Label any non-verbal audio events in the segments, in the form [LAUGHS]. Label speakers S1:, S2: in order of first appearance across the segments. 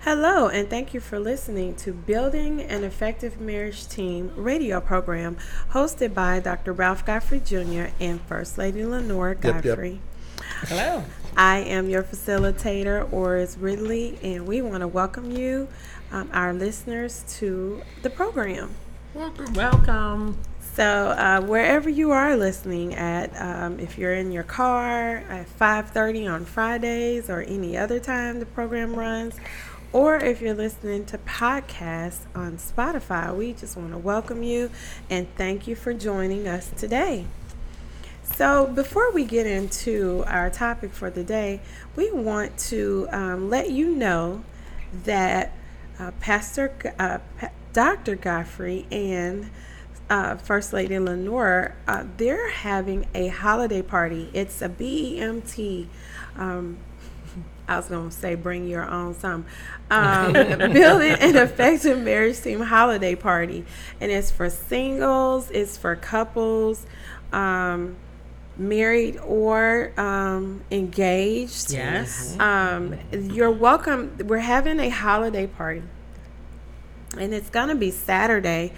S1: Hello, and thank you for listening to Building an Effective Marriage Team radio program hosted by Dr. Ralph Godfrey Jr. and First Lady Lenora
S2: yep.
S1: Godfrey.
S3: Hello.
S1: I am your facilitator, Oris Ridley, and we want to welcome you, um, our listeners, to the program.
S3: Welcome. Welcome.
S1: So, uh, wherever you are listening at, um, if you're in your car at 5:30 on Fridays or any other time the program runs, or if you're listening to podcasts on Spotify, we just want to welcome you and thank you for joining us today. So, before we get into our topic for the day, we want to um, let you know that uh, Pastor G- uh, Pa- Dr. Godfrey and uh, First Lady Lenore, uh, they're having a holiday party. It's a BEMT. Um, I was gonna say bring your own some. Um, [LAUGHS] building an effective marriage team holiday party, and it's for singles, it's for couples, um, married or um, engaged.
S3: Yes.
S1: Um, you're welcome. We're having a holiday party, and it's gonna be Saturday,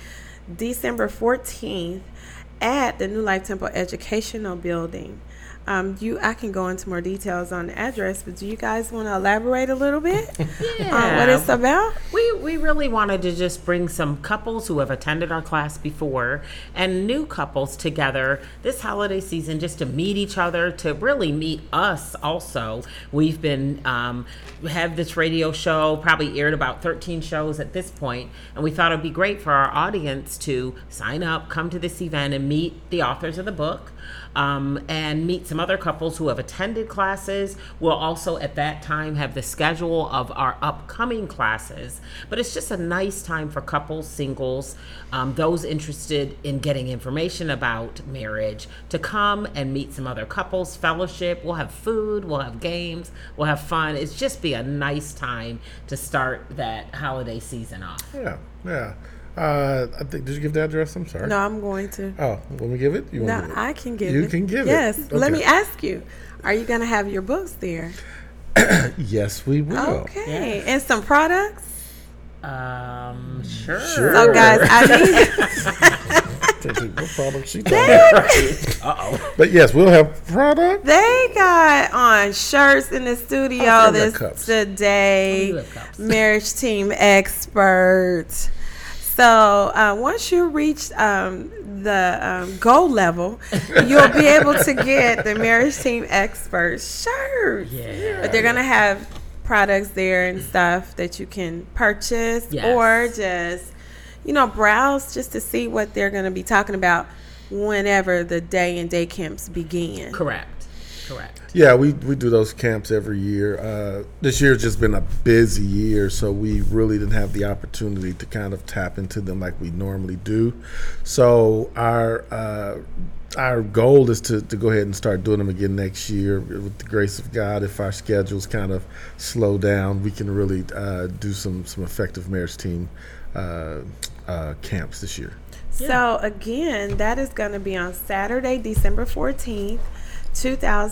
S1: December fourteenth, at the New Life Temple Educational Building. Um, you, I can go into more details on the address, but do you guys want to elaborate a little bit on what it's about?
S3: We we really wanted to just bring some couples who have attended our class before and new couples together this holiday season just to meet each other, to really meet us also. We've been um, have this radio show, probably aired about 13 shows at this point, and we thought it'd be great for our audience to sign up, come to this event and meet the authors of the book. um, and meet some other couples who have attended classes. We'll also at that time have the schedule of our upcoming classes. But it's just a nice time for couples, singles, um, those interested in getting information about marriage to come and meet some other couples, fellowship. We'll have food, we'll have games, we'll have fun. It's just be a nice time to start that holiday season off.
S2: Yeah, yeah. Uh, I think did you give the address? I'm sorry.
S1: No, I'm going to.
S2: Oh, let me give it. You
S1: No,
S2: want
S1: I can give
S2: Um, You
S1: it.
S2: can give it.
S1: yes. Let
S2: Okay.
S1: me ask you: Are you gonna have your books there?
S2: Yes, we will.
S1: Okay, and some products.
S3: Um, sure.
S2: Sure.
S1: So, guys, [LAUGHS]
S2: [LAUGHS]
S1: I
S2: Take it. What
S1: [LAUGHS]
S2: product she
S1: need.
S2: talking [LAUGHS] about?
S1: They,
S2: But yes, we'll have product.
S1: they got on shirts in the studio
S2: I'll give her
S1: this
S2: cups.
S3: I'll
S1: today.
S3: give her cups.
S1: Marriage team expert. So uh, once you reach um, the um, goal level, you'll be able to get the marriage team expert shirts.
S3: Yeah.
S1: But they're gonna have products there and stuff that you can purchase
S3: Yes.
S1: or just you know browse just to see what they're gonna be talking about whenever the day and day camps begin.
S3: Correct. Correct.
S2: Yeah, we, we do those camps every year. Uh, this year's just been a busy year, so we really didn't have the opportunity to kind of tap into them like we normally do. So our uh, our goal is to, to go ahead and start doing them again next year with the grace of God. If our schedules kind of slow down, we can really uh, do some some effective marriage team uh, uh, camps this year.
S1: So again, that is going to be on Saturday, December 14th,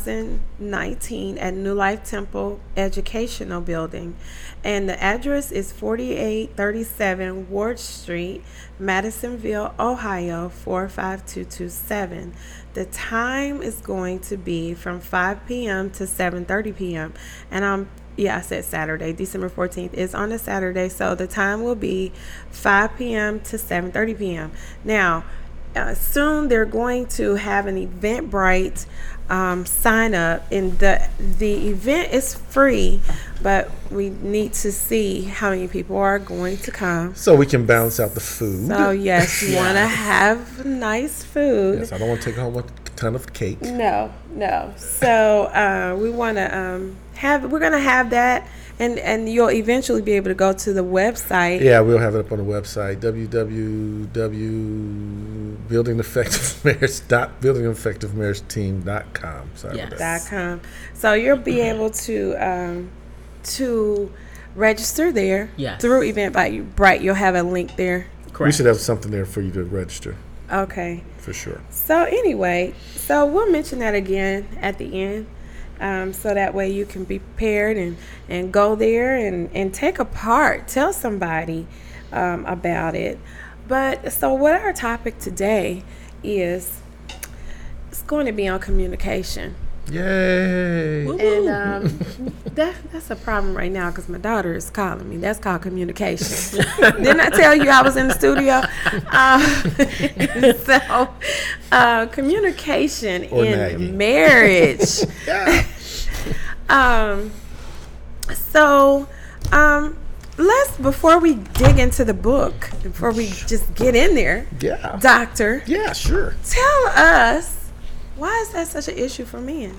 S1: 2019 at New Life Temple Educational Building. And the address is 4837 Ward Street, Madisonville, Ohio 45227. The time is going to be from 5 p.m. to 7:30 p.m. And I'm yeah, I said Saturday, December 14th is on a Saturday, so the time will be 5 p.m. to 7:30 p.m. Now, uh, soon they're going to have an Eventbrite um, sign up, and the the event is free, but we need to see how many people are going to come.
S2: So we can balance out the food.
S1: So yes, you want to have nice food.
S2: yes, I don't want to take home a ton of cake.
S1: No, no. So uh, we want to um, have. We're gonna have that, and and you'll eventually be able to go to the website.
S2: Yeah, we'll have it up on the website www.buildingeffectivemarriage.buildingeffectivemarriageteam.com. Sorry about
S1: dot
S2: that.
S3: Yes.
S1: com. So you'll be able to um, to register there
S3: Yes.
S1: through Eventbrite. Bright, you'll have a link there.
S2: We
S3: Correct.
S2: should have something there for you to register
S1: Okay.
S2: for sure.
S1: So anyway, so we'll mention that again at the end. um, so that way you can be prepared and, and go there and, and take a part, tell somebody um, about it. But so, what our topic today is it's going to be on communication.
S2: Yay.
S1: And um, that, that's a problem right now because my daughter is calling me. That's called communication.
S2: [LAUGHS]
S1: Didn't I tell you I was in the studio? Um, [LAUGHS] so, uh, communication
S2: Or
S1: in
S2: nagging.
S1: marriage.
S2: [LAUGHS] Yeah.
S1: [LAUGHS] Um, so, um, let's before we dig into the book, before we just get in there,
S2: Yeah.
S1: Doctor,
S2: Yeah, sure.
S1: tell us why is that such an issue for men?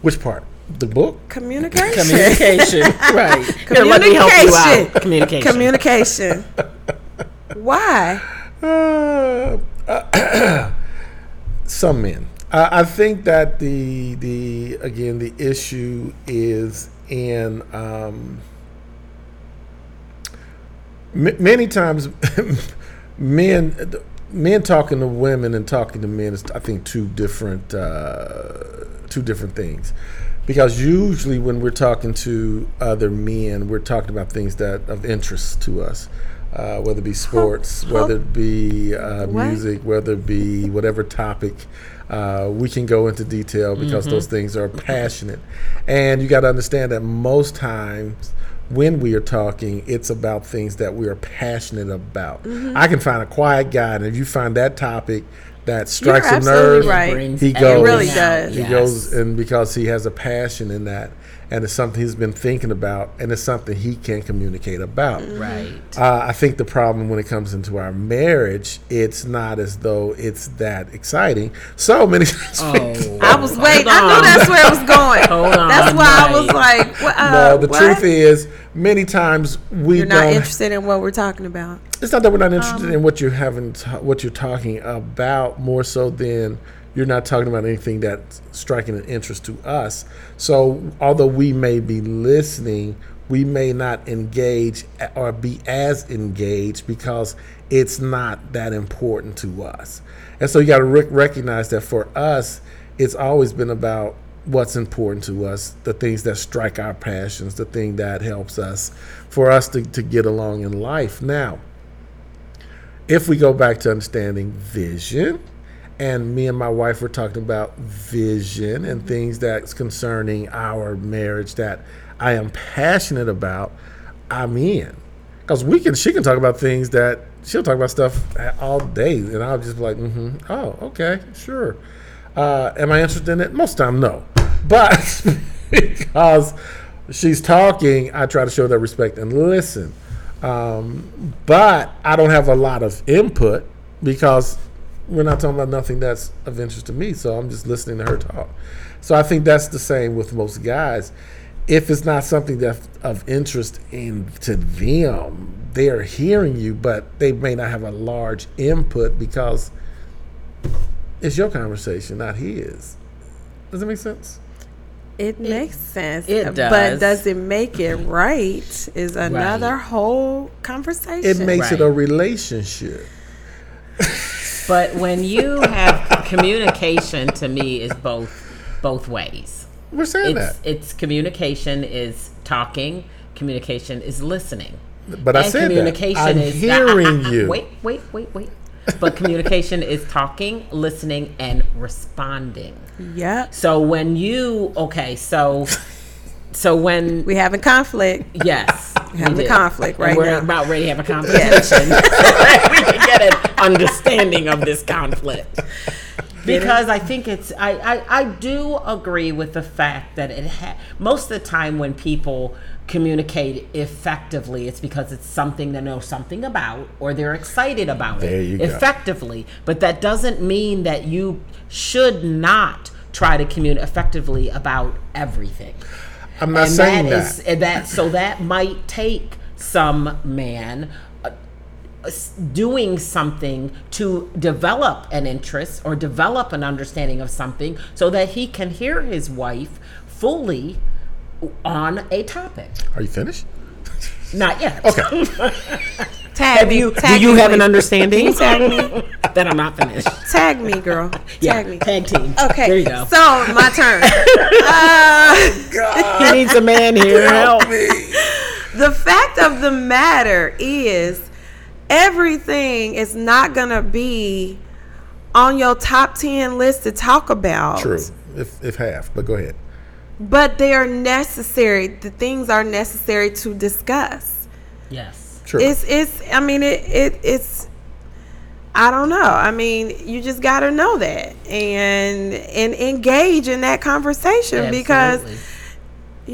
S2: Which part? The book?
S1: Communication.
S3: Communication.
S2: [LAUGHS] Right.
S3: [LAUGHS] Here, let me help you
S1: Communication.
S3: out. Communication.
S1: Communication. why?
S2: Uh, [CLEARS THROAT] some men. I, I think that the the again the issue is in um, m- many times [LAUGHS] men men talking to women and talking to men is I think two different uh, two different things because usually when we're talking to other men we're talking about things that of interest to us uh, whether it be sports whether it be uh,
S1: What?
S2: music whether it be whatever topic uh, we can go into detail because
S1: Mm-hmm.
S2: those things are passionate and you got to understand that most times when we are talking, it's about things that we are passionate about.
S1: Mm-hmm.
S2: I can find a quiet guy, and if you find that topic that strikes a nerve,
S1: absolutely right.
S2: he
S3: Brings
S2: goes.
S1: really
S3: everything
S1: does.
S3: out.
S2: He
S1: Yes.
S2: goes, and because he has a passion in that, and it's something he's been thinking about, and it's something he can communicate about.
S1: Mm-hmm.
S3: Right.
S2: Uh, I think the problem when it comes into our marriage, it's not as though it's that exciting. So many [LAUGHS] times we
S3: Oh.
S1: I was waiting. I
S3: on.
S1: knew that's where it was going.
S3: Hold on,
S1: that's why I was
S3: right.
S1: like, wha- uh,
S2: No, the
S1: what?
S2: truth is, many times we
S1: You're not
S2: don't.
S1: interested in what we're talking about.
S2: it's not that we're not interested in what you haven't, ta- what you're talking about, more so than you're not talking about anything that's striking an interest to us. So, although we may be listening, we may not engage a- or be as engaged because it's not that important to us. And so, you got to rec recognize that for us, it's always been about what's important to us, the things that strike our passions, the thing that helps us for us to, to get along in life. Now, if we go back to understanding vision, and me and my wife were talking about vision and things that's concerning our marriage that I am passionate about, I'm in. Because we can, she can talk about things that she'll talk about stuff all day, and I'll just be like, mm-hmm, oh, okay, sure. Uh, am I interested in it? Most time, no. But [LAUGHS] because she's talking, I try to show that respect and listen. Um, but I don't have a lot of input because we're not talking about nothing that's of interest to me. So I'm just listening to her talk. So I think that's the same with most guys. If it's not something that's of interest in to them, they're hearing you, but they may not have a large input because it's your conversation, not his. Does that make sense?
S1: It, makes sense.
S3: it
S1: But
S3: does.
S1: does it make it right is another whole
S2: It
S1: conversation.
S2: makes it
S3: Right.
S2: a relationship.
S3: [LAUGHS] But when you have communication, to me is both both ways.
S2: We're saying
S3: It's it's communication is talking. Communication is listening.
S2: that, but I
S3: and
S2: said
S3: communication
S2: that. I'm
S3: is [LAUGHS]
S2: hearing you.
S3: Wait, wait, wait, wait. But communication is talking, listening, and responding.
S1: Yep.
S3: So when you okay, so so when
S1: We having conflict. [LAUGHS]
S3: Yes.
S1: having
S3: we
S1: a
S3: did.
S1: conflict
S3: And
S1: right
S3: we're
S1: now.
S3: about ready
S1: [LAUGHS]
S3: to have a [LAUGHS] conversation. we can get an understanding of this conflict. Because I think it's, I, I, I do agree with the fact that it ha- most of the time when people communicate effectively, it's because it's something they know something about or they're excited about
S2: There
S3: it
S2: you go.
S3: effectively. But that doesn't mean that you should not try to communicate effectively about everything
S2: I'm not saying that.
S3: is- and that so that might take some man uh, s- doing something to develop an interest or develop an understanding of something so that he can hear his wife fully on a topic
S2: Are you finished?
S3: [LAUGHS] not yet
S2: Okay.
S1: Tag
S3: have
S1: me.
S3: you do
S1: Tag
S3: you
S1: me,
S3: have an
S1: please.
S3: understanding [LAUGHS]
S1: Tag me.
S3: that I'm not finished?
S1: Tag me, girl.
S3: Yeah,
S1: Tag me.
S3: tag team.
S1: Okay.
S3: there you go.
S1: So my
S3: [LAUGHS]
S1: turn. uh,
S3: he needs a
S1: [LAUGHS]
S3: man here. Help.
S1: the fact of the matter is everything is not going to be on your top 10 list to talk about
S2: [LAUGHS] True, if if half, but go ahead.
S1: but they are necessary the things are necessary to discuss
S3: Yes.
S2: True.
S1: it's it's i mean it, it it's i don't know i mean you just got to know that and and engage in that conversation because
S3: Absolutely.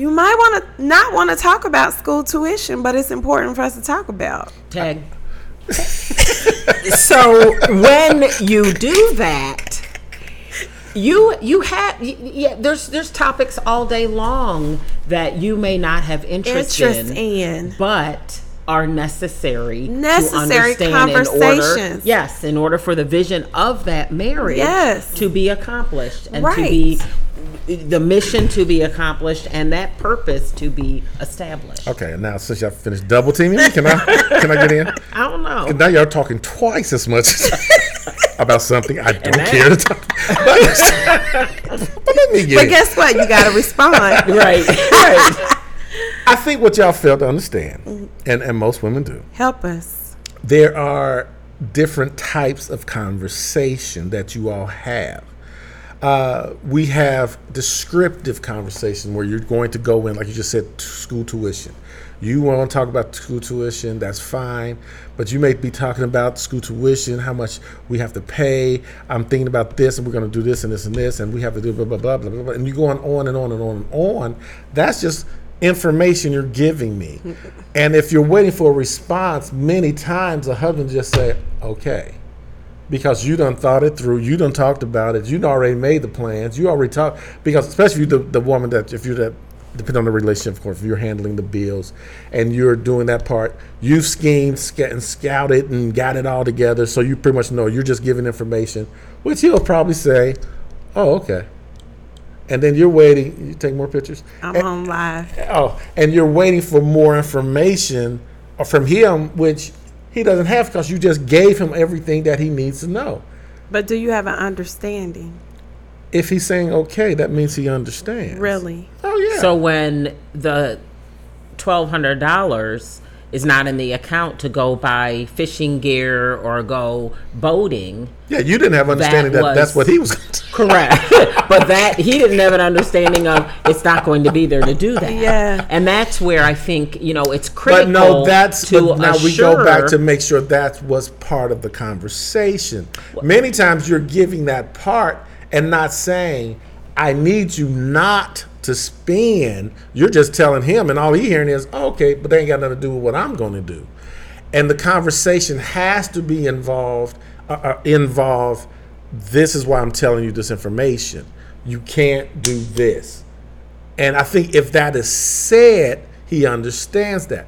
S1: you might want to not want to talk about school tuition but it's important for us to talk about
S3: tag. so when you do that, you you have yeah. There's there's topics all day long that you may not have interest,
S1: interest
S3: in,
S1: in
S3: but are necessary to
S1: Necessary
S3: understand in order-
S1: conversations.
S3: yes, in order for the vision of that marriage
S1: Yes.
S3: to be accomplished and to be the mission to be accomplished and that purpose to be established.
S2: okay, now since y'all finished double teaming, me, can I can I get in?
S3: I don't know.
S2: Now y'all talking twice as [LAUGHS] much about something I don't
S3: that-
S2: care to talk. but let me get.
S1: But
S2: in.
S1: guess what? You got to respond.
S3: [LAUGHS] right. Right.
S2: I think what y'all fail to understand, and and most women do,
S1: Help us.
S2: there are different types of conversation that you all have. Uh, we have descriptive conversation where you're going to go in, like you just said, t- school tuition. You want to talk about school tuition, that's fine, but you may be talking about school tuition, how much we have to pay. I'm thinking about this, and we're going to do this and this and this, and we have to do blah blah blah blah blah. blah. And you go on on and on and on and on. That's just information you're giving me. And if you're waiting for a response, many times a husband just say, "Okay," because you done thought it through, you done talked about it, you done already made the plans, you already talked. Because especially if you the, the woman that if you're that depending on the relationship, of course, if you're handling the bills and you're doing that part, you've schemed, sca- and scouted, and got it all together, so you pretty much know you're just giving information, which he'll probably say, "Oh, okay." And then you're waiting. You take more pictures.
S1: I'm
S2: And-
S1: on live.
S2: Oh, and you're waiting for more information uh, from him, which he doesn't have because you just gave him everything that he needs to know.
S1: But do you have an understanding?
S2: If he's saying okay, that means he understands.
S1: Really?
S2: Oh yeah.
S3: So when the twelve hundred dollars is not in the account to go buy fishing gear or go boating,
S2: yeah, you didn't have understanding that,
S3: was-
S2: that's what he was. Gonna do.
S3: correct? [LAUGHS] but that he didn't have an understanding of it's not going to be there to do that.
S1: Yeah.
S3: and that's where I think you know it's
S2: But
S3: critical.
S2: no, that's
S3: to
S2: but now we go back to
S3: assure-
S2: make sure that was part of the conversation. Many times you're giving that part and not saying, "I need you not to spend." You're just telling him, and all he hearing is, oh, "Okay," but they ain't got nothing to do with what I'm going to do. And the conversation has to be involved. Uh, uh, involve. This is why I'm telling you this information. You can't do this. And I think if that is said, he understands that.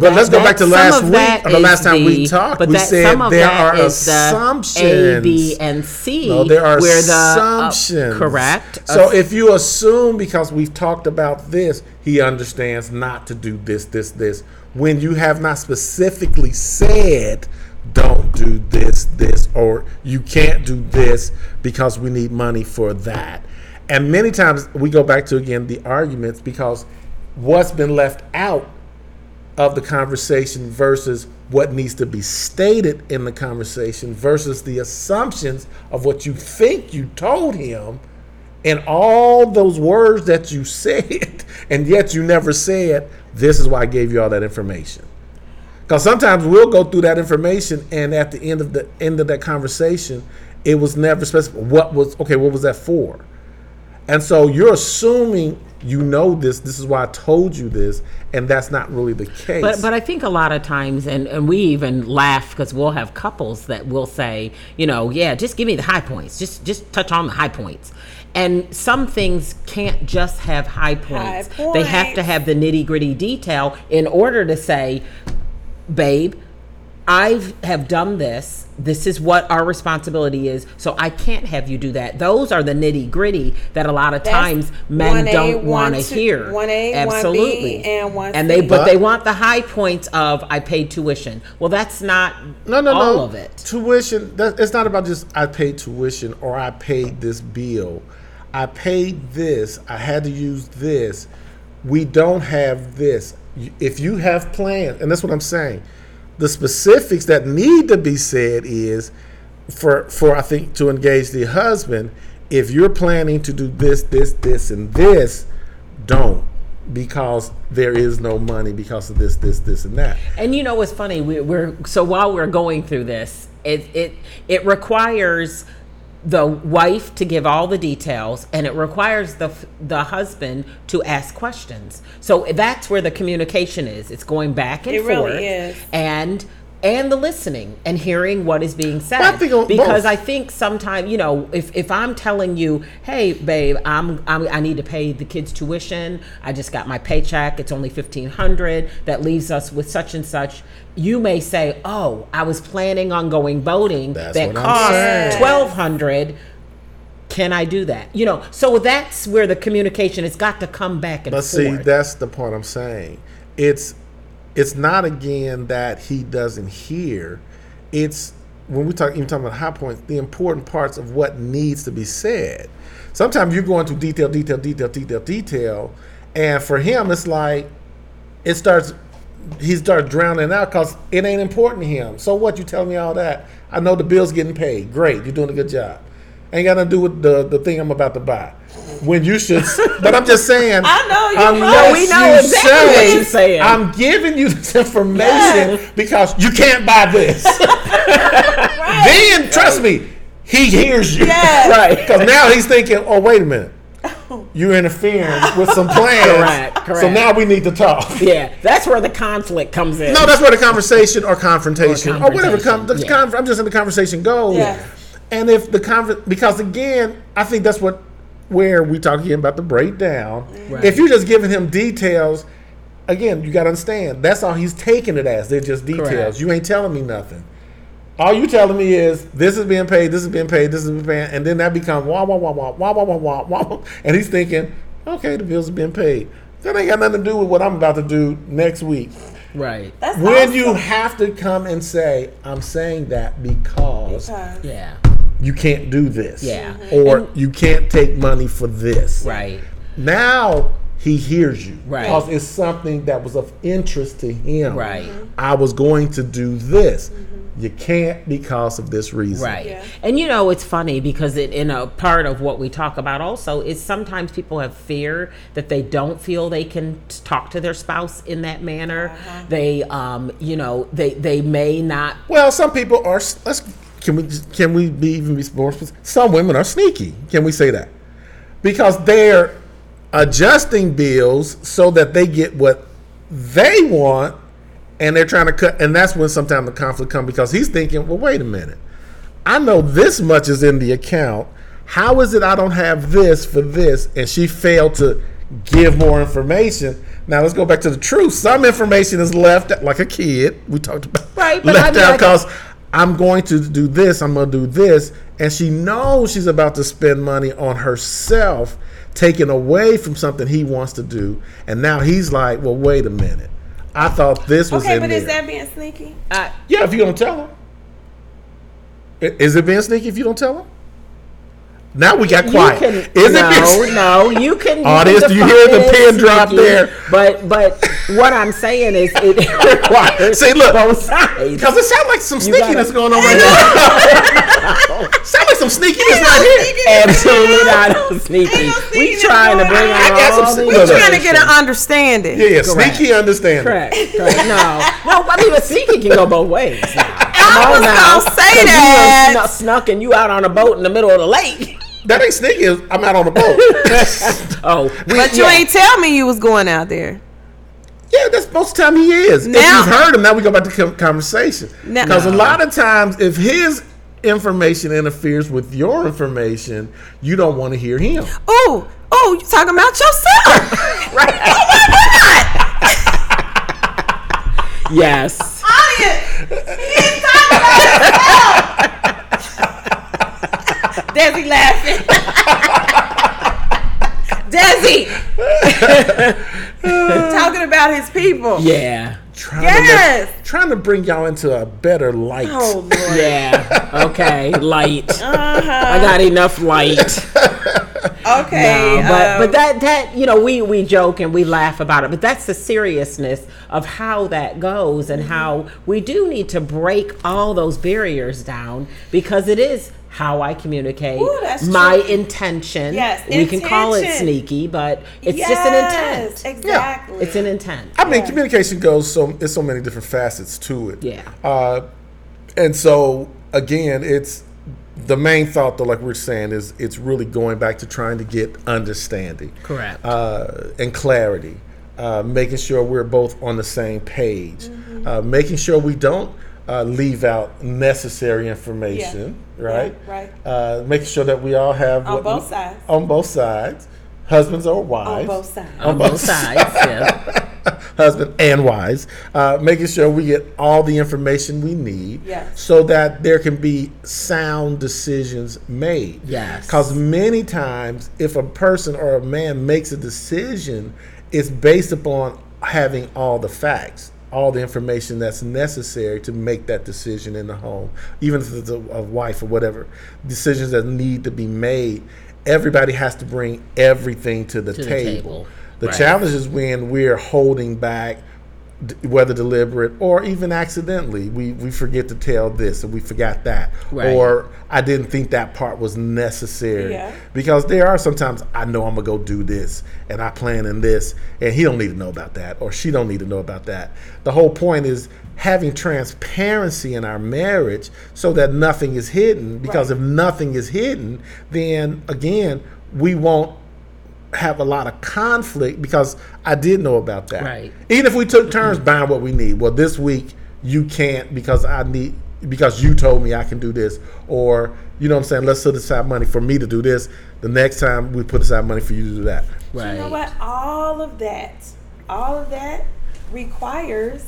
S2: But,
S3: that-
S2: let's go back
S3: that-
S2: to
S3: some
S2: last
S3: of
S2: week
S3: that
S2: or the
S3: is
S2: last time we
S3: the-
S2: talked.
S3: but
S2: we
S3: that-
S2: said
S3: some of
S2: there
S3: that
S2: are
S3: is the
S2: assumptions.
S3: A, B, and C.
S2: no, there are
S3: where the, uh,
S2: assumptions.
S3: correct. uh,
S2: So
S3: Ass-
S2: if you assume because we've talked about this, he understands not to do this, this, this. When you have not specifically said, don't do this, this, or you can't do this because we need money for that. And many times we go back to again the arguments because what's been left out of the conversation versus what needs to be stated in the conversation versus the assumptions of what you think you told him and all those words that you [LAUGHS] said and yet you never said this is why i gave you all that information because sometimes we'll go through that information and at the end of the end of that conversation it was never specified what was okay what was that for and so you're assuming you know this. This is why I told you this, and that's not really the case.
S3: But but I think a lot of times, and, and we even laugh because we'll have couples that will say, you know, yeah, just give me the high points. Just just touch on the high points. And some things can't just have high points. They have to
S1: points.
S3: have the nitty gritty detail in order to say, babe, I have done this. This is what our responsibility is. So I can't have you do that. Those are the nitty gritty that a lot of times men
S1: 1A,
S3: don't want to
S1: 1, 2,
S3: hear.
S1: 1A, 1B,
S3: absolutely,
S1: and 1C.
S3: and they but
S2: But-
S3: they want the high points of I paid tuition. Well, that's not
S2: No, no,
S3: all
S2: no.
S3: of it.
S2: Tuition. That, it's not about just I paid tuition or I paid this bill. I paid this. I had to use this. We don't have this. You- If you have plans, and that's what I'm saying, the specifics that need to be said is for for I think to engage the husband. If you're planning to do this, this, this, and this, don't because there is no money because of this, this, this, and that.
S3: And you know what's funny? We, we're so while we're going through this, it it it requires the wife to give all the details, and it requires the f- the husband to ask questions. So that's where the communication is. It's going back and
S1: It
S3: forth,
S1: really is.
S3: and and the listening and hearing what is being said.
S2: Well, I think on
S3: because
S2: both.
S3: I think sometimes you know if if I'm telling you, hey babe, I'm, I'm I need to pay the kids tuition. I just got my paycheck. It's only fifteen hundred. That leaves us with such and such. You may say, oh, I was planning on going boating.
S2: That's
S3: that
S2: what I'm
S1: saying.
S3: cost twelve hundred. Can I do that? You know, so that's where the communication has got to come back and
S2: But
S3: forth.
S2: see, that's the point I'm saying. It's it's not again that he doesn't hear. It's when we talk even talking about high points, the important parts of what needs to be said. Sometimes you go into detail, detail, detail, detail, detail, and for him it's like it starts he starts drowning out because it ain't important to him. So what you telling me all that? I know the bill's getting paid. Great, you're doing a good job. Ain't got nothing to do with the, the thing I'm about to buy. When you should, [LAUGHS] but I'm just saying.
S1: I know you
S2: unless
S1: know. We know
S2: you
S1: exactly what
S2: say,
S3: you're saying.
S2: I'm giving you this information
S1: Yes.
S2: because you can't buy
S1: [LAUGHS]
S2: this. Then trust me, he hears you. [LAUGHS]
S1: Yes.
S3: Right.
S2: Because now he's thinking, oh wait
S1: [LAUGHS]
S2: a minute, you're interfering with some plans.
S3: Correct,
S2: So
S3: correct.
S2: now we need to talk.
S3: yeah, that's where the conflict comes in.
S2: No, that's where the conversation or confrontation or,
S3: Or
S2: whatever. Com- the
S3: confrontation,
S2: con- I'm just in the conversation goes.
S1: Yeah.
S2: And if the conver- because again, I think that's what where we talk again about the breakdown.
S3: Right.
S2: If you're just giving him details, again, you got to understand that's all he's taking it as. They're just details.
S3: Correct.
S2: You ain't telling me nothing. All you telling me is this is being paid, this is being paid, this is being paid, and then that becomes wah wah wah wah wah wah wah wah wah, and he's thinking, okay, the bills have been paid. That ain't got nothing to do with what I'm about to do next week
S3: right.
S1: That's
S2: when
S1: awesome.
S2: you have to come and say, I'm saying that because
S1: Because-
S3: yeah.
S2: you can't do this.
S3: Yeah.
S2: Or you can't take money for this.
S3: Right.
S2: Now he hears you.
S3: Right.
S2: Because it's something that was of interest to him.
S3: Right. Mhm.
S2: I was going to do this. You can't because of this reason.
S3: Right.
S1: Yeah.
S3: And you know, it's funny because it, in a part of what we talk about also is sometimes people have fear that they don't feel they can t- talk to their spouse in that manner. They, um, you know, they, they may not.
S2: Well, some people are. s- Let's can we can we be even be more specific? Some women are sneaky. Can we say that? Because they're adjusting bills so that they get what they want, and they're trying to cut. And that's when sometimes the conflict comes because he's thinking, "Well, wait a minute. I know this much is in the account. How is it I don't have this for this?" And she failed to give more information. Now let's go back to the truth. Some information is left, like a kid. We talked about
S3: Right, but
S2: left
S3: I mean,
S2: out
S3: like-
S2: because I'm going to do this, I'm going to do this, and she knows she's about to spend money on herself, taken away from something he wants to do, and now he's like, "Well, wait a minute, I thought this was
S1: Okay,
S2: in
S1: but
S2: there."
S1: is that being sneaky?
S3: Uh,
S2: yeah, if you don't tell him, I- is it being sneaky if you don't tell him? Now we got quiet.
S3: You can,
S2: is
S3: no,
S2: it being-
S3: [LAUGHS] no, you
S2: [LAUGHS]
S3: can.
S2: Audience,
S3: can
S2: do you hear the
S3: define it
S2: pin
S3: as
S2: drop
S3: sneaky,
S2: there?
S3: But but what I'm saying is it
S2: [LAUGHS]
S3: requires
S2: See, look.
S3: both sides.
S2: Because it sounds like some
S3: gotta-
S2: sneakiness going on right now. sounds like some sneakiness right here.
S3: Absolutely not sneaky. We
S1: sneakiness
S3: trying to
S1: going
S3: bring
S1: on.
S2: I got
S3: out
S2: some
S3: all
S2: sne-
S3: these
S2: Look,
S1: We're
S2: look.
S1: trying to get an understanding.
S2: Yeah, yeah,
S3: Correct.
S2: sneaky understanding.
S3: Correct. correct. [LAUGHS] No, no. I mean, a sneaky can go both ways. Now.
S1: I was
S3: now,
S1: gonna
S3: 'cause
S1: say
S3: you done
S1: that.
S3: snuck- snuck and you out on a boat in the middle of the lake.
S2: That ain't sneaky. I'm out on a
S3: [LAUGHS]
S2: boat. Uh,
S3: Oh, we-
S1: But you
S3: yeah.
S1: ain't tell me you was going out there.
S2: yeah, that's most of the time he is.
S1: Now-
S2: if you've heard him, now we go back to com- conversation.
S1: Now-
S2: Because a lot of times, if his information interferes with your information, you don't want to hear him.
S1: Ooh, ooh, you talking about
S3: [LAUGHS]
S1: yourself?
S3: Yes.
S1: Audience,
S4: Desi laughing. Desi.
S1: Talking about his people.
S3: Yeah.
S2: Trying,
S1: Yes.
S2: to make- trying to bring y'all into a better light.
S1: Oh Lord.
S3: Yeah. Okay. Light.
S1: Uh-huh.
S3: I got enough light.
S1: Okay.
S4: No, but
S1: um,
S4: but that that you know we we joke and we laugh about it, but that's the seriousness of how that goes
S1: Mm-hmm.
S4: and how we do need to break all those barriers down because it is how I communicate
S1: Ooh, that's
S4: my
S1: true.
S4: intention.
S1: Yes,
S4: we can call it
S1: intention.
S4: sneaky, but it's
S1: Yes,
S4: just an intent.
S1: exactly.
S4: It's an intent.
S2: I mean, communication goes so it's so many different facets to it.
S4: Yeah.
S2: Uh, and so again, it's the main thought though, like we're saying, is it's really going back to trying to get understanding,
S3: Correct.
S2: uh, and clarity, uh, making sure we're both on the same page,
S1: Mm-hmm.
S2: uh, making sure we don't uh, leave out necessary information, right?
S1: Yeah, right.
S2: Uh, making sure that we all have
S1: On
S2: what
S1: both
S2: we-
S1: sides.
S2: on both sides, husbands or wives,
S1: both sides.
S3: On both sides. Yeah.
S2: husband and wives, uh, making sure we get all the information we need
S1: Yes.
S2: so that there can be sound decisions made.
S3: Yes.
S2: Because many times, if a person or a man makes a decision, it's based upon having all the facts. All the information that's necessary to make that decision in the home, even if it's a, a wife or whatever, decisions that need to be made, everybody has to bring everything to the,
S3: the
S2: table.
S3: table.
S2: The
S3: Right.
S2: challenge is when we're holding back, d- whether deliberate or even accidentally. We we forget to tell this and we forgot that,
S3: Right.
S2: or I didn't think that part was necessary.
S1: Yeah.
S2: Because there are sometimes I know I'm gonna go do this and I plan in this, and he don't need to know about that or she don't need to know about that. The whole point is having transparency in our marriage so that nothing is hidden. Because if nothing is hidden, then again we won't have a lot of conflict because I did know about that.
S3: Right.
S2: Even if we took turns buying what we need. Well, this week you can't because I need because you told me I can do this, or you know what I'm saying. Let's set aside money for me to do this. The next time we put aside money for you to do that.
S3: Right.
S1: you know what? All of that, all of that requires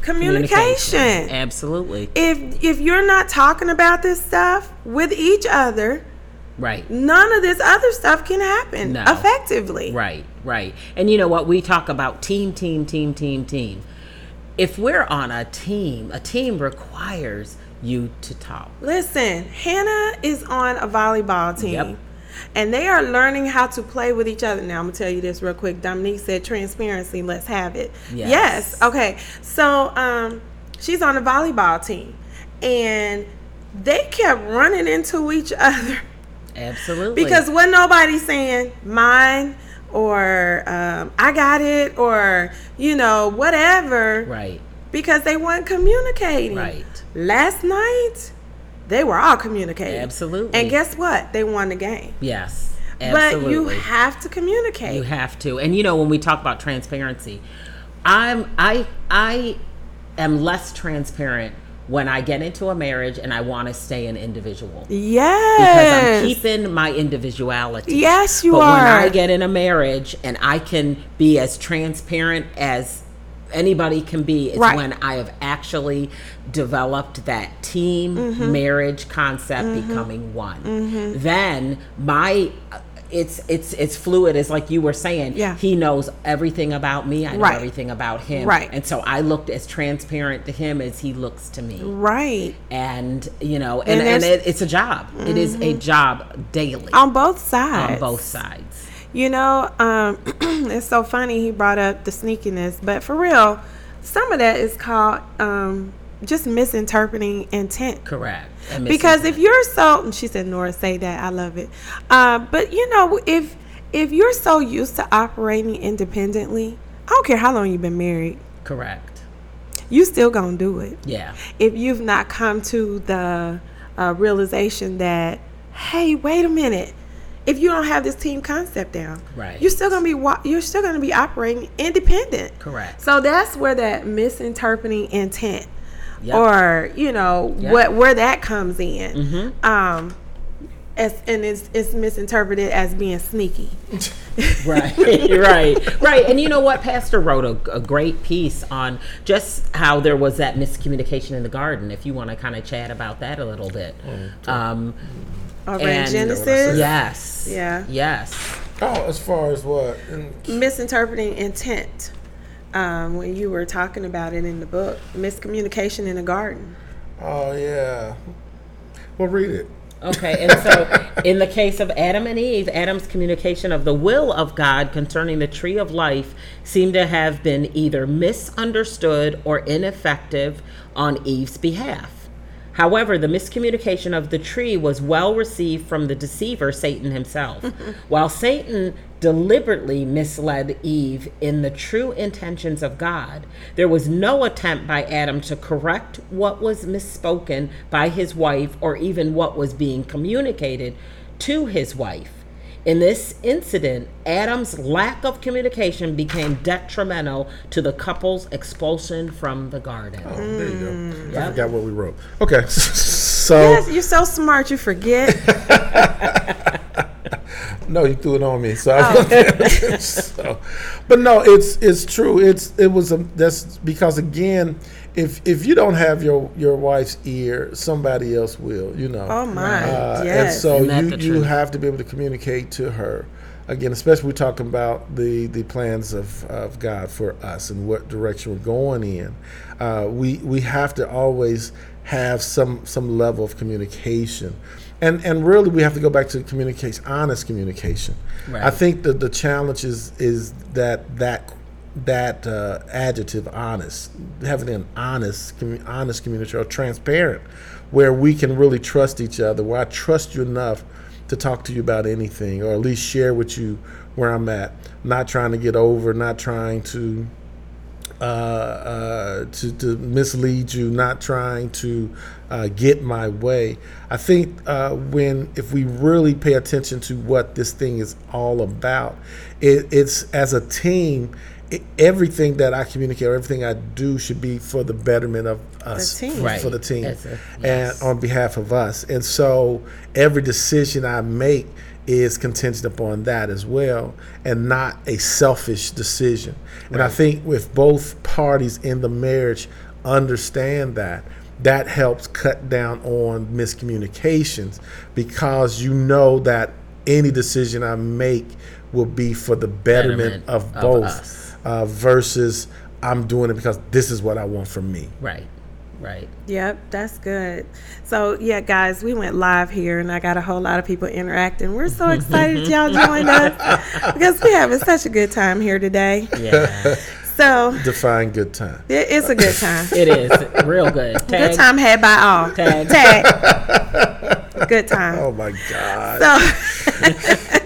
S1: communication.
S3: Absolutely.
S1: If if you're not talking about this stuff with each other,
S3: Right.
S1: none of this other stuff can happen
S3: No.
S1: effectively.
S3: Right, right. And you know what? We talk about team, team, team, team, team. If we're on a team, a team requires you to talk.
S1: Listen, Hannah is on a volleyball team.
S3: Yep.
S1: And they are learning how to play with each other. Now, I'm going to tell you this real quick. Dominique said, transparency, let's have it.
S3: Yes.
S1: Yes. Okay. So um, she's on a volleyball team. And they kept running into each [LAUGHS] other
S3: Absolutely.
S1: because what nobody's saying, mine or um, I got it or, you know, whatever
S3: right,
S1: because they weren't communicating.
S3: Right.
S1: Last night, they were all communicating.
S3: Absolutely.
S1: And guess what? They won the game.
S3: yes, absolutely.
S1: But you have to communicate.
S3: You have to. And you know, when we talk about transparency, I'm I I am less transparent when I get into a marriage and I want to stay an individual.
S1: yes.
S3: because I'm keeping my individuality.
S1: Yes, you
S3: but When
S1: are.
S3: I get in a marriage and I can be as transparent as anybody can be, it's
S1: Right.
S3: when I have actually developed that team
S1: Mm-hmm.
S3: marriage concept, becoming one. Then my it's it's it's fluid. It's like you were saying.
S1: Yeah.
S3: He knows everything about me. I know
S1: Right.
S3: everything about him.
S1: Right.
S3: And so I looked as transparent to him as he looks to me
S1: right.
S3: and you know
S1: And
S3: and, and,
S1: there's- Mm-hmm.
S3: it, it's a job It is a job daily on,
S1: On both sides.
S3: both sides
S1: You know, um, [CLEARS THROAT] it's so funny he brought up the sneakiness, but for real, some of that is called um, just misinterpreting intent.
S3: correct And
S1: because
S3: missing
S1: if you're so and she said nora say that i love it uh, but you know if if you're so used to operating independently i don't care how long you've been married
S3: it. correct
S1: you still gonna do it
S3: yeah
S1: if you've not come to the uh, realization that hey wait a minute if you don't have this team concept down
S3: Right.
S1: you're still gonna be wa- you're still gonna be operating independent
S3: Correct.
S1: so that's where that misinterpreting intent
S3: Yep.
S1: or you know
S3: Yep. Mm-hmm.
S1: what where that comes in um as, and it's, it's misinterpreted as being sneaky
S3: [LAUGHS]
S1: [LAUGHS]
S3: right [LAUGHS] right right and you know what pastor wrote a, a great piece on just how there was that miscommunication in the garden if you want to kind of chat about that a little bit um
S1: Around
S5: And-
S1: Genesis.
S5: Yes.
S1: Yeah.
S5: Yes.
S2: Oh, as far as what? And
S1: Misinterpreting intent. Um, when you were talking about it in the book, miscommunication in the garden.
S2: Oh yeah. Well, read it.
S5: Okay.
S3: Okay, and so in the case of Adam and Eve, Adam's communication of the will of God concerning the tree of life seemed to have been either misunderstood or ineffective on Eve's behalf. However, the miscommunication of the tree was well received from the deceiver, Satan himself. While Satan deliberately misled Eve in the true intentions of God, there was no attempt by Adam to correct what was misspoken by his wife or even what was being communicated to his wife. In this incident, Adam's lack of communication became detrimental to the couple's expulsion from the garden.
S2: Oh, there you go. I forgot what we wrote. Okay. [LAUGHS] So
S1: Yes, you're so smart, you forget.
S2: [LAUGHS] no, you threw it on me. So,
S1: Oh.
S2: I [LAUGHS] so but no, it's it's true. It's it was a that's because again, if if you don't have your your wife's ear, somebody else will. You know.
S1: Oh my,
S2: Uh, And
S1: yes.
S2: so
S5: Isn't that
S2: you,
S5: the
S2: you
S5: truth?
S2: have to be able to communicate to her. Again, especially we're talking about the, the plans of, of God for us and what direction we're going in. Uh, we we have to always have some some level of communication. And and really we have to go back to communication honest communication. I
S5: Right.
S2: think that the challenge is is that that that uh, adjective honest having an honest commu- honest community or transparent where we can really trust each other where i trust you enough to talk to you about anything or at least share with you where i'm at not trying to get over not trying to uh, uh, to, to mislead you, not trying to uh, get my way. I think uh, when if we really pay attention to what this thing is all about, it, it's as a team. It, everything that I communicate, or everything I do, should be for the betterment of us,
S1: team.
S2: for-
S5: Right.
S2: for the team,
S5: As a-
S2: and on behalf of us. And so every decision I make is contingent upon that as well, and not a selfish decision. And I think if both parties in the marriage understand that, that helps cut down on miscommunications because you know that any decision I make will be for the betterment,
S5: Betterment
S2: of,
S5: of us.
S2: both uh, versus I'm doing it because this is what I want from me.
S5: Right. Right.
S1: Yep, that's good. So, yeah, guys, we went live here and I got a whole lot of people interacting. We're so
S2: [LAUGHS]
S1: excited y'all joined us because we're having such a good time here today.
S5: Yeah.
S1: So,
S2: Define good time.
S1: it- it's a good time.
S5: it is real good. Tag,
S1: Good time had by all.
S5: Tag.
S1: Tag.
S2: [LAUGHS]
S1: Good time.
S2: Oh my God.
S1: [LAUGHS] So,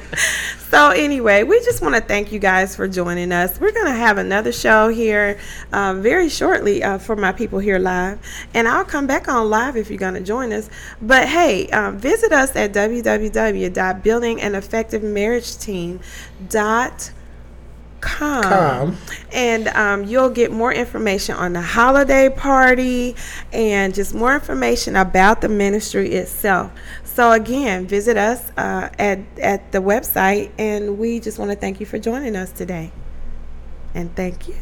S1: so anyway, we just want to thank you guys for joining us. We're going to have another show here um, very shortly uh, for my people here live. And I'll come back on live if you're going to join us. But hey, um, visit us at www.buildinganeffectivemarriageteam.com
S2: Come.
S1: and um, you'll get more information on the holiday party and just more information about the ministry itself. So again, visit us uh, at at the website, and we just want to thank you for joining us today, and thank you.